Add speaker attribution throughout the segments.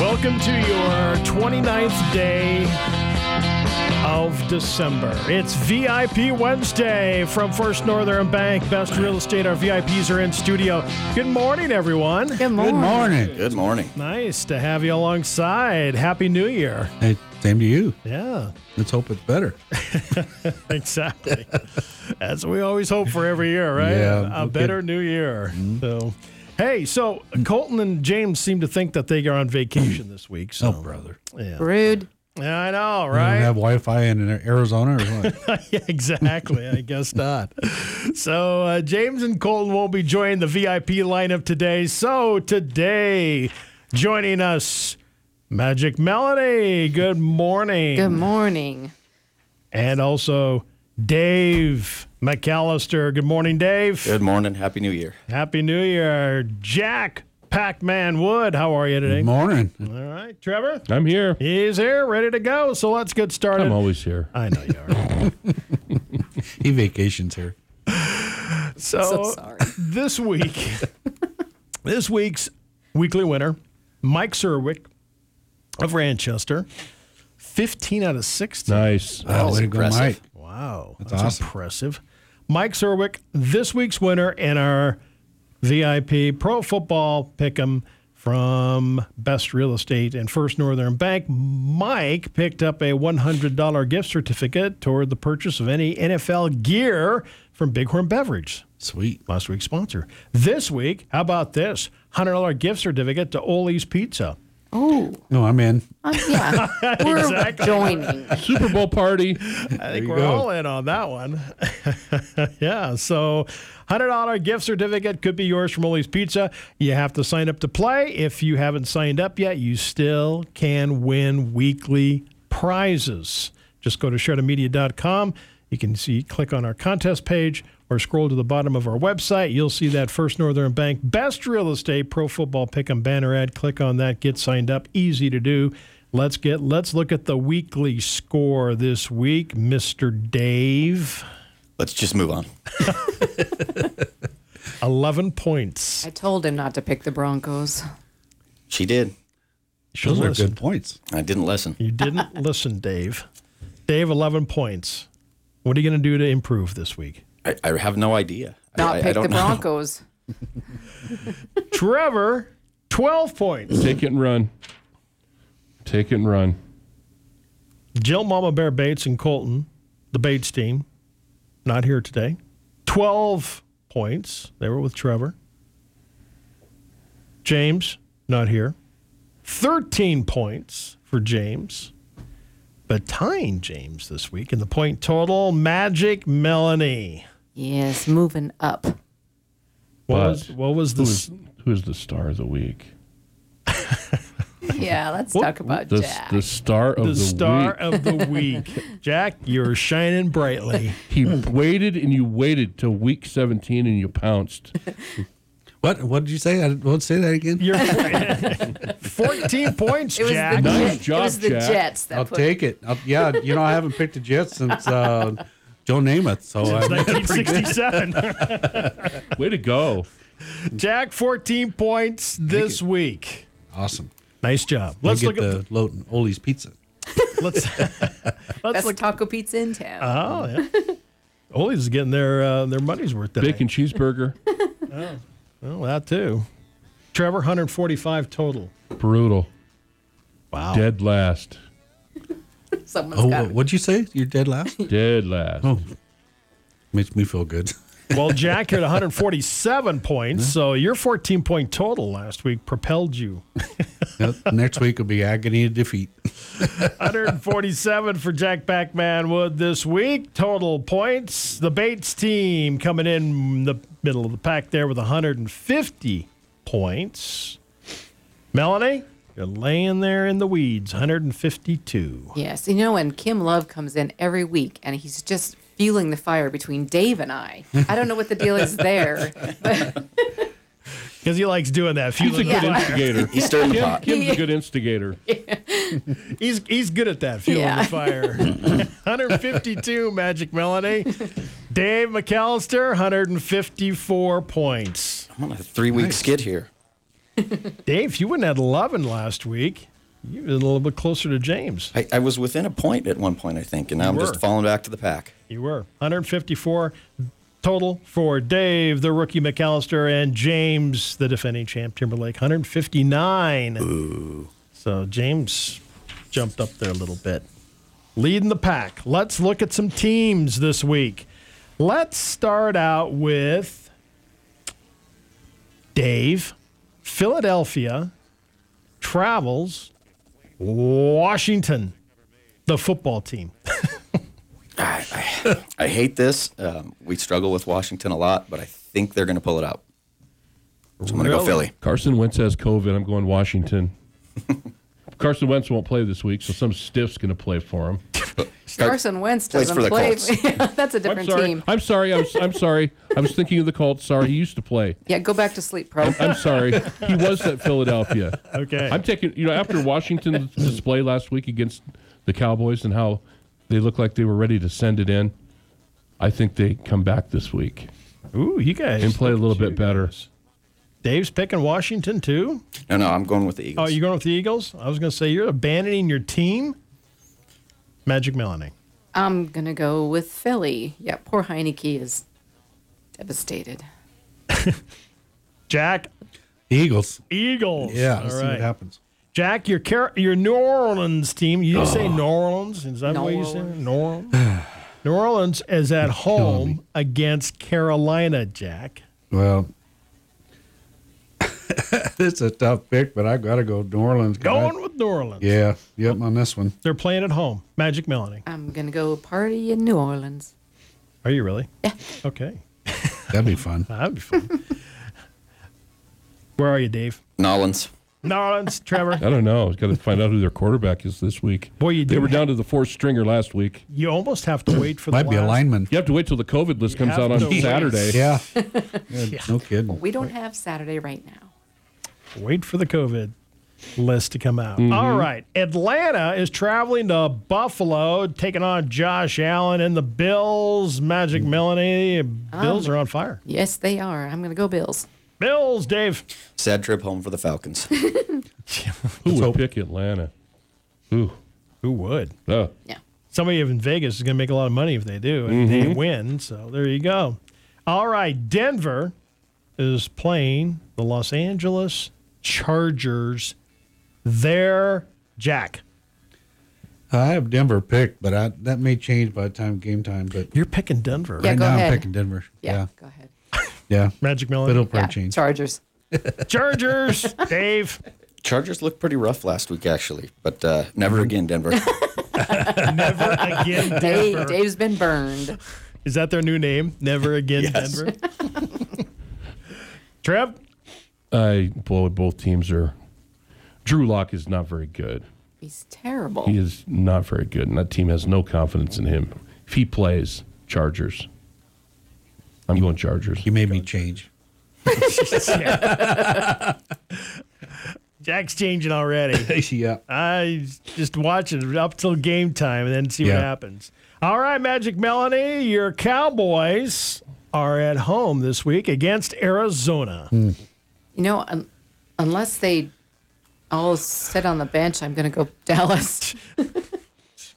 Speaker 1: Welcome to your 29th day of December. It's VIP Wednesday from First Northern Bank. Best real estate. Our VIPs are in studio. Good morning, everyone.
Speaker 2: Good morning.
Speaker 3: Good morning.
Speaker 4: Good morning.
Speaker 1: Nice to have you alongside. Happy New Year.
Speaker 3: Hey, same to you.
Speaker 1: Yeah,
Speaker 3: Let's hope it's better.
Speaker 1: exactly. As we always hope for every year, right?
Speaker 3: Yeah, Mm-hmm.
Speaker 1: a
Speaker 3: no
Speaker 1: better new year. So, hey, so Colton and James seem to think that they are on vacation this week. So,
Speaker 3: Oh, brother.
Speaker 1: yeah.
Speaker 2: Rude.
Speaker 1: Yeah, I know,
Speaker 3: I
Speaker 1: right?
Speaker 3: have Wi Fi in Arizona or what?
Speaker 1: yeah, exactly. I guess not. So uh, James and Colton won't be joining the VIP lineup today. So today, joining us, Magic Melody. Good morning.
Speaker 2: Good morning.
Speaker 1: and also Dave McAllister. Good morning, Dave.
Speaker 4: Good morning. Happy New Year.
Speaker 1: Happy New Year, Jack Pac-Man Wood. How are you today?
Speaker 3: Good morning.
Speaker 1: All right, Trevor.
Speaker 5: I'm here.
Speaker 1: He's here, ready to go. So let's get started.
Speaker 5: I'm always here.
Speaker 1: I know you are.
Speaker 3: He vacations here.
Speaker 2: So sorry.
Speaker 1: this week, this week's weekly winner, Mike Serwick of Ranchester, 15 out of 16.
Speaker 5: Nice.
Speaker 3: Oh, way to go,
Speaker 4: impressive.
Speaker 3: Mike.
Speaker 1: Wow. That's,
Speaker 3: awesome.
Speaker 1: impressive. Mike Serwick, this week's winner in our VIP Pro Football Pick'em from Best Real Estate and First Northern Bank. Mike picked up a $100 gift certificate toward the purchase of any NFL gear from Bighorn Beverage
Speaker 3: Sweet.
Speaker 1: last week's sponsor. This week, how about this? $100 gift certificate to Oli's Pizza.
Speaker 2: Oh,
Speaker 3: No, I'm in.
Speaker 2: yeah. We're
Speaker 1: Exactly.
Speaker 2: joining.
Speaker 5: Super Bowl party.
Speaker 1: I think
Speaker 3: you
Speaker 1: we're
Speaker 3: go.
Speaker 1: all in on that one. yeah, so $100 gift certificate could be yours from Oli's Pizza. You have to sign up to play. If you haven't signed up yet, you still can win weekly prizes. Just go to shreddermedia.com. You can see, click on our contest page or scroll to the bottom of our website. You'll see that First Northern Bank Best Real Estate Pro Football Pick'em banner ad. Click on that, get signed up. Easy to do. Let's get let's look at the weekly score this week, Mr. Dave.
Speaker 4: Let's just move on.
Speaker 1: 11 points.
Speaker 2: I told him not to pick the Broncos.
Speaker 4: She did.
Speaker 3: Those
Speaker 1: Should've
Speaker 3: are
Speaker 1: listened.
Speaker 3: good points.
Speaker 4: I didn't listen.
Speaker 1: You didn't listen, Dave. Dave, 11 points. What are you going to do to improve this week?
Speaker 4: I, I have no idea.
Speaker 2: Not
Speaker 4: I, I, I
Speaker 2: pick
Speaker 4: don't
Speaker 2: the
Speaker 4: know.
Speaker 2: Broncos.
Speaker 1: Trevor, 12 points.
Speaker 5: Take it and run. Take it and run.
Speaker 1: Jill Mama Bear Bates and Colton, the Bates team, not here today. 12 points. They were with Trevor. James, not here. 13 points for James. But tying James this week in the point total, Magic Melanie.
Speaker 2: Yes, moving up.
Speaker 1: What
Speaker 5: But
Speaker 1: was, what was
Speaker 5: Who
Speaker 1: this?
Speaker 5: is who is the star of the week?
Speaker 2: Yeah, let's talk about
Speaker 5: The,
Speaker 2: Jack.
Speaker 5: the star of
Speaker 1: the,
Speaker 5: the,
Speaker 1: star
Speaker 5: week.
Speaker 1: of the week. Jack, you're shining brightly.
Speaker 5: he waited and you waited till week 17 and you pounced.
Speaker 3: What What did you say? I won't say that again.
Speaker 1: You're 14 points,
Speaker 2: it was
Speaker 1: Jack.
Speaker 2: the,
Speaker 5: Nice
Speaker 2: Jet- it
Speaker 5: job,
Speaker 2: was the
Speaker 5: Jack.
Speaker 2: Jets that
Speaker 3: I'll
Speaker 2: put
Speaker 3: take it. I'll, yeah, you know, I haven't picked a jet since uh, Joe Namath. So I,
Speaker 1: 1967.
Speaker 5: Way to go.
Speaker 1: Jack, 14 points this week.
Speaker 3: awesome.
Speaker 1: Nice job.
Speaker 3: I'll
Speaker 1: Let's look
Speaker 3: get the
Speaker 1: at
Speaker 3: Loton Oli's Pizza.
Speaker 1: the, let's let's
Speaker 2: Best
Speaker 1: look.
Speaker 2: taco pizza in town.
Speaker 1: Oh yeah. Oli's getting their uh, their money's worth today.
Speaker 5: Bacon cheeseburger.
Speaker 1: Well, that too. Trevor, 145 total.
Speaker 5: Brutal.
Speaker 1: Wow.
Speaker 5: Dead last.
Speaker 2: Someone's
Speaker 3: Oh,
Speaker 2: got
Speaker 3: what- what'd you say? You're dead last?
Speaker 5: Dead last.
Speaker 3: Oh. Makes me feel good.
Speaker 1: Well, Jack had 147 points, so your 14 point total last week propelled you
Speaker 3: Yep, Next week will be agony of defeat.
Speaker 1: 147 for Jack Pac-Man Wood this week. Total points. The Bates team coming in the middle of the pack there with 150 points. Melanie, you're laying there in the weeds, 152.
Speaker 2: Yes, you know, and Kim Love comes in every week, and he's just fueling the fire between Dave and I. I don't know what the deal is there, but
Speaker 1: Because he likes doing that. If you
Speaker 5: He's a
Speaker 1: look-
Speaker 5: good
Speaker 2: Yeah.
Speaker 5: instigator.
Speaker 4: He's stirring the
Speaker 5: Kim,
Speaker 4: pot.
Speaker 5: Kim's a good instigator.
Speaker 1: he's, he's good at that, fueling
Speaker 2: Yeah.
Speaker 1: the fire. 152, Magic Melanie. Dave McAllister, 154 points.
Speaker 4: I'm on a three week skid here.
Speaker 1: Dave, you went at 11 last week. You're a little bit closer to James.
Speaker 4: I, I was within a point at one point, I think, and now I'm
Speaker 1: were.
Speaker 4: just falling back to the pack.
Speaker 1: You were 154 total for Dave, the rookie McAllister, and James, the defending champ Timberlake, 159. Ooh. So James jumped up there a little bit, leading the pack. Let's look at some teams this week. Let's start out with Dave. Philadelphia travels Washington, the football team.
Speaker 4: I hate this. Um, we struggle with Washington a lot, but I think they're going to pull it out. So I'm going to go
Speaker 1: Really?
Speaker 4: Philly.
Speaker 5: Carson Wentz has COVID. I'm going Washington. Carson Wentz won't play this week, so some stiff's going to play for him.
Speaker 2: Carson Wentz
Speaker 4: Plays
Speaker 2: doesn't
Speaker 4: for the
Speaker 2: play.
Speaker 4: Colts.
Speaker 2: Yeah, That's a
Speaker 5: I'm
Speaker 2: different
Speaker 5: sorry.
Speaker 2: team.
Speaker 5: I'm sorry. I'm, I'm sorry. I was thinking of the Colts. Sorry, he used to play.
Speaker 2: Yeah, go back to sleep, pro.
Speaker 5: I'm sorry. He was at Philadelphia.
Speaker 1: Okay.
Speaker 5: I'm taking, you know, after Washington's display last week against the Cowboys and how they looked like they were ready to send it in, I think they come back this week
Speaker 1: Ooh, you guys.
Speaker 5: and play a little bit better.
Speaker 1: Dave's picking Washington too.
Speaker 4: No, no, I'm going with the Eagles.
Speaker 1: Oh, you going with the Eagles? I was going to say you're abandoning your team. Magic Melanie.
Speaker 2: I'm gonna go with Philly. Yeah, poor Heineke is devastated.
Speaker 1: Jack
Speaker 3: Eagles.
Speaker 1: Eagles.
Speaker 3: Yeah,
Speaker 1: All
Speaker 3: let's see what
Speaker 1: right.
Speaker 3: happes.
Speaker 1: Jack, your Car- your New Orleans team. You say New Orleans? Is that
Speaker 2: New
Speaker 1: what you said?
Speaker 2: Orleans.
Speaker 1: New Orleans. New Orleans is at home against Carolina. Jack.
Speaker 3: Well, it's a tough pick, but I got to go New Orleans. 'cause I-
Speaker 1: Going with New Orleans.
Speaker 3: yeah, yep, on this one.
Speaker 1: They're playing at home. Magic Melanie.
Speaker 2: I'm gonna go party in New Orleans.
Speaker 1: Are you really? Yeah. Okay.
Speaker 3: That'd be fun.
Speaker 1: That'd be fun. Where are you, Dave?
Speaker 4: Nolans.
Speaker 1: New Orleans, Trevor.
Speaker 5: I don't know. Got to find out who their quarterback is this week.
Speaker 1: Boy, you
Speaker 5: they
Speaker 1: do
Speaker 5: were
Speaker 1: have-
Speaker 5: down to the fourth stringer last week.
Speaker 1: You almost have to wait for the
Speaker 3: Might be a
Speaker 1: last-
Speaker 3: lineman.
Speaker 5: You have to wait till the COVID list comes
Speaker 1: have
Speaker 5: out on
Speaker 1: to wait.
Speaker 5: Saturday.
Speaker 3: Yeah. Yeah, No kidding.
Speaker 2: We don't have Saturday right now.
Speaker 1: Wait for the COVID list to come out.
Speaker 3: Mm-hmm.
Speaker 1: All right. Atlanta is traveling to Buffalo, taking on Josh Allen and the Bills.
Speaker 3: Mm.
Speaker 1: Magic Melanie. Bills are on fire.
Speaker 2: Yes, they are. I'm gonna go Bills.
Speaker 1: Bills, Dave.
Speaker 4: Sad trip home for the Falcons.
Speaker 5: Who would pick Atlanta? Ooh.
Speaker 1: Who would?
Speaker 5: Oh.
Speaker 2: Yeah.
Speaker 1: Somebody in Vegas is going to make a lot of money if they do, and they
Speaker 3: Mm-hmm.
Speaker 1: win. So there you go. All right. Denver is playing the Los Angeles Chargers. There, Jack.
Speaker 3: I have Denver picked, but I, that may change by the time game time. But
Speaker 1: You're picking Denver.
Speaker 2: Yeah.
Speaker 3: right
Speaker 2: go
Speaker 3: now I'm
Speaker 2: ahead.
Speaker 3: picking Denver.
Speaker 2: Yeah.
Speaker 3: Yeah.
Speaker 2: Go ahead.
Speaker 3: Yeah.
Speaker 1: Magic
Speaker 3: But
Speaker 1: Melanie.
Speaker 3: it'll probably
Speaker 2: Yeah,
Speaker 3: change.
Speaker 2: Chargers.
Speaker 1: Chargers, Dave.
Speaker 4: Chargers looked pretty rough last week, actually, but uh, never again, Denver.
Speaker 1: Never again, Denver.
Speaker 2: Dave, Dave's been burned.
Speaker 1: Is that their new name? Never again,
Speaker 4: Yes.
Speaker 1: Denver. Trev,
Speaker 5: I boy, both teams are. Drew Lock is not very good.
Speaker 2: He's terrible.
Speaker 5: He is not very good, and that team has no confidence in him. If he plays, Chargers. I'm going Chargers.
Speaker 3: You made me change.
Speaker 1: Jack's changing already.
Speaker 3: yeah.
Speaker 1: I just watch it up till game time and then see
Speaker 3: Yeah.
Speaker 1: what happens. All right, Magic Melanie, your Cowboys are at home this week against Arizona.
Speaker 2: You know, un- unless they all sit on the bench, I'm going to go Dallas.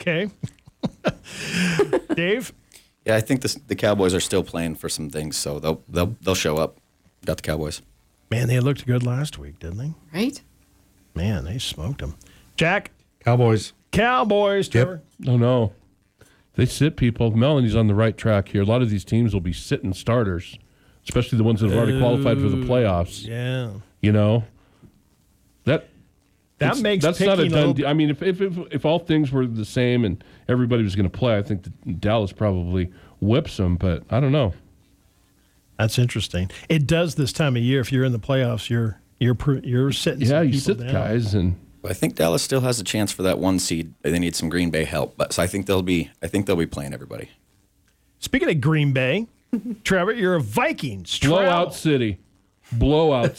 Speaker 1: Okay. Dave,
Speaker 4: yeah, I think this, the Cowboys are still playing for some things, so they'll they'll they'll show up. Got the Cowboys.
Speaker 1: man, they looked good last week, didn't they?
Speaker 2: Right?
Speaker 1: Man, they smoked them. Jack,
Speaker 3: Cowboys.
Speaker 1: Cowboys, Trevor.
Speaker 5: No, no. They sit people. Melanie's on the right track here. A lot of these teams will be sitting starters, especially the ones that have already qualified for the playoffs.
Speaker 1: Yeah.
Speaker 5: You know, that
Speaker 1: That
Speaker 5: It's-
Speaker 1: makes
Speaker 5: that's not a
Speaker 1: picking little-
Speaker 5: done deal. I mean, if, if if if all things were the same and everybody was going to play, I think that Dallas probably whips them. But I don't know.
Speaker 1: That's interesting. It does this time of year. If you're in the playoffs, you're you're pr- you're sitting.
Speaker 5: Yeah,
Speaker 1: some
Speaker 5: you
Speaker 1: people
Speaker 5: sit
Speaker 1: down.
Speaker 5: guys, and
Speaker 4: But I think Dallas still has a chance for that one seed. They need some Green Bay help, but so I think they'll be I think they'll be playing everybody.
Speaker 1: Speaking of Green Bay, Trevor, you're a Vikings.
Speaker 5: blowout
Speaker 1: Travel.
Speaker 5: city, blowout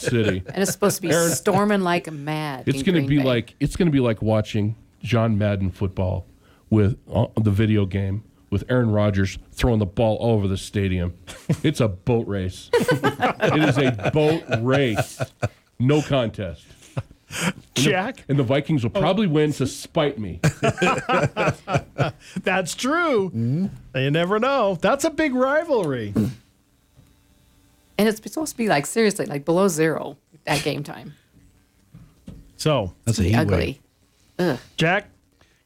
Speaker 5: city.
Speaker 2: And it's supposed to be
Speaker 5: Aaron-
Speaker 2: storming like mad.
Speaker 5: it's
Speaker 2: in
Speaker 5: going to
Speaker 2: Green
Speaker 5: be
Speaker 2: Bay.
Speaker 5: like it's going to be like watching John Madden football with uh, the video game with Aaron Rodgers throwing the ball all over the stadium. it's a boat race. it is a boat race. No contest.
Speaker 1: Jack.
Speaker 5: And the Vikings
Speaker 2: Oh.
Speaker 5: will probably win to spite me.
Speaker 1: That's true.
Speaker 5: Mm-hmm.
Speaker 1: You never know. That's a big rivalry.
Speaker 2: And it's supposed to be like seriously like below zero at game time.
Speaker 1: So,
Speaker 3: That's a heat
Speaker 2: Ugly.
Speaker 3: wave.
Speaker 1: Jack,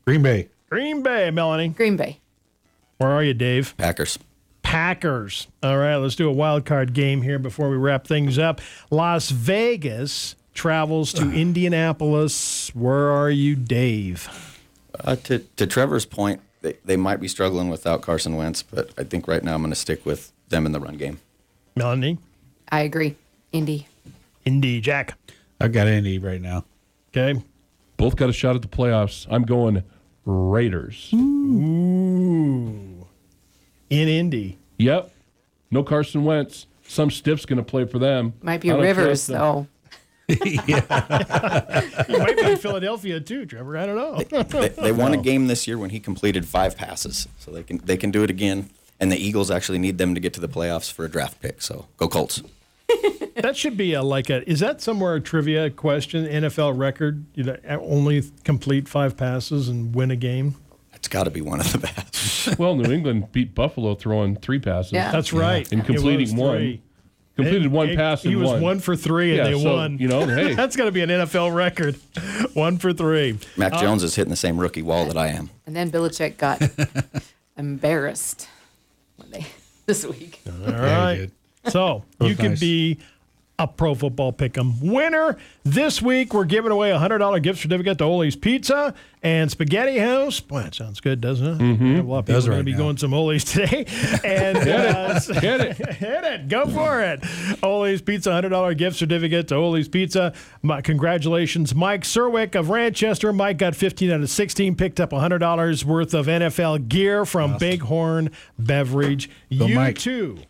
Speaker 3: Green Bay.
Speaker 1: Green Bay, Melanie.
Speaker 2: Green Bay.
Speaker 1: Where are you, Dave?
Speaker 4: Packers.
Speaker 1: Packers. All right, let's do a wild card game here before we wrap things up. Las Vegas travels to Indianapolis. Where are you, Dave?
Speaker 4: Uh, to to Trevor's point, they, they might be struggling without Carson Wentz, but I think right now I'm going to stick with them in the run game.
Speaker 1: Melanie,
Speaker 2: I agree. Indy.
Speaker 1: Indy, Jack.
Speaker 3: I've got Indy right now.
Speaker 1: Okay.
Speaker 5: Both got a shot at the playoffs. I'm going Raiders.
Speaker 2: Hmm.
Speaker 1: Ooh. In Indy.
Speaker 5: Yep. No Carson Wentz. Some stiff's going to play for them.
Speaker 2: Might be
Speaker 5: I don't
Speaker 2: Rivers
Speaker 5: trust them.
Speaker 2: though.
Speaker 1: He might be in Philadelphia too, Trevor. I don't know.
Speaker 4: They, they won a game this year when he completed five passes, so they can they can do it again. And the Eagles actually need them to get to the playoffs for a draft pick. So go Colts.
Speaker 1: that should be a like a is that somewhere a trivia question? NFL record, you know, only complete five passes and win a game.
Speaker 4: That's got to be one of the best.
Speaker 5: Well, New England beat Buffalo throwing three passes.
Speaker 2: Yeah.
Speaker 1: That's right.
Speaker 5: And
Speaker 1: It was
Speaker 5: completing one.
Speaker 1: three.
Speaker 5: Completed
Speaker 1: It-
Speaker 5: one
Speaker 1: it-
Speaker 5: pass and
Speaker 1: He was
Speaker 5: won.
Speaker 1: one for three, and
Speaker 5: Yeah,
Speaker 1: they
Speaker 5: so,
Speaker 1: won.
Speaker 5: you know, hey.
Speaker 1: that's going to be an NFL record. one for three.
Speaker 4: Mac Jones is hitting the same rookie wall that I am.
Speaker 2: And then Belichick got embarrassed when they this week.
Speaker 1: All
Speaker 3: Yeah,
Speaker 1: right.
Speaker 3: he did.
Speaker 1: So you can
Speaker 3: nice.
Speaker 1: be a pro football pick'em winner this week. We're giving away a hundred dollar gift certificate to Ole's Pizza and Spaghetti House. Boy, that sounds good, doesn't it? We have a lot of people
Speaker 3: Mm-hmm. does
Speaker 1: going to
Speaker 3: right
Speaker 1: be
Speaker 3: now.
Speaker 1: going some Ole's today, and uh,
Speaker 5: Get it.
Speaker 1: Hit it. Go for it. Ole's Pizza, $100 gift certificate to Ole's Pizza. My, congratulations, Mike Serwick of Ranchester. Mike got 15 out of 16, picked up $100 worth of NFL gear from Bighorn Beverage. you
Speaker 3: Mike.
Speaker 1: too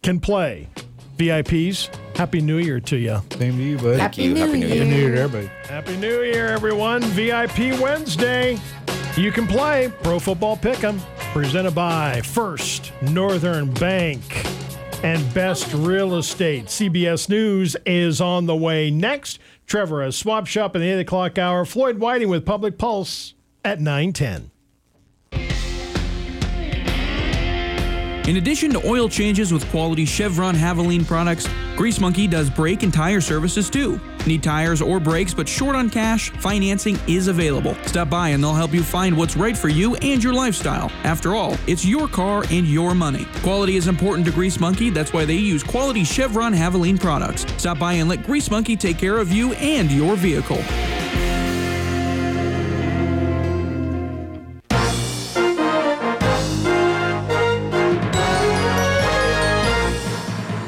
Speaker 1: can play. VIPs, Happy New Year to you.
Speaker 3: Same to you, buddy.
Speaker 2: Happy,
Speaker 4: you.
Speaker 2: New,
Speaker 4: Happy New
Speaker 2: Year.
Speaker 4: Year.
Speaker 3: New Year to everybody.
Speaker 1: Happy New Year, everyone. VIP Wednesday. You can play Pro Football Pick'em, presented by First Northern Bank and Best Real Estate. CBS News is on the way next. Trevor, a swap shop in the 8 o'clock hour. Floyd Whiting with Public Pulse at 910.
Speaker 6: In addition to oil changes with quality Chevron Haveline products, Grease Monkey does brake and tire services too. Need tires or brakes but short on cash? Financing is available. Stop by and they'll help you find what's right for you and your lifestyle. After all, it's your car and your money. Quality is important to Grease Monkey, that's why they use quality Chevron Haveline products. Stop by and let Grease Monkey take care of you and your vehicle.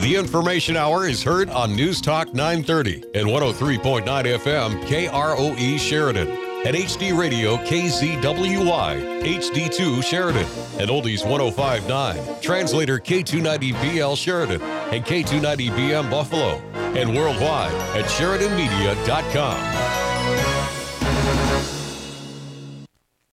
Speaker 7: The Information Hour is heard on News Talk 930 and 103.9 FM KROE E Sheridan. And HD Radio KZWY, HD2 Sheridan, and Oldies 1059, translator K290BL Sheridan, and K290BM Buffalo, and worldwide at SheridanMedia.com.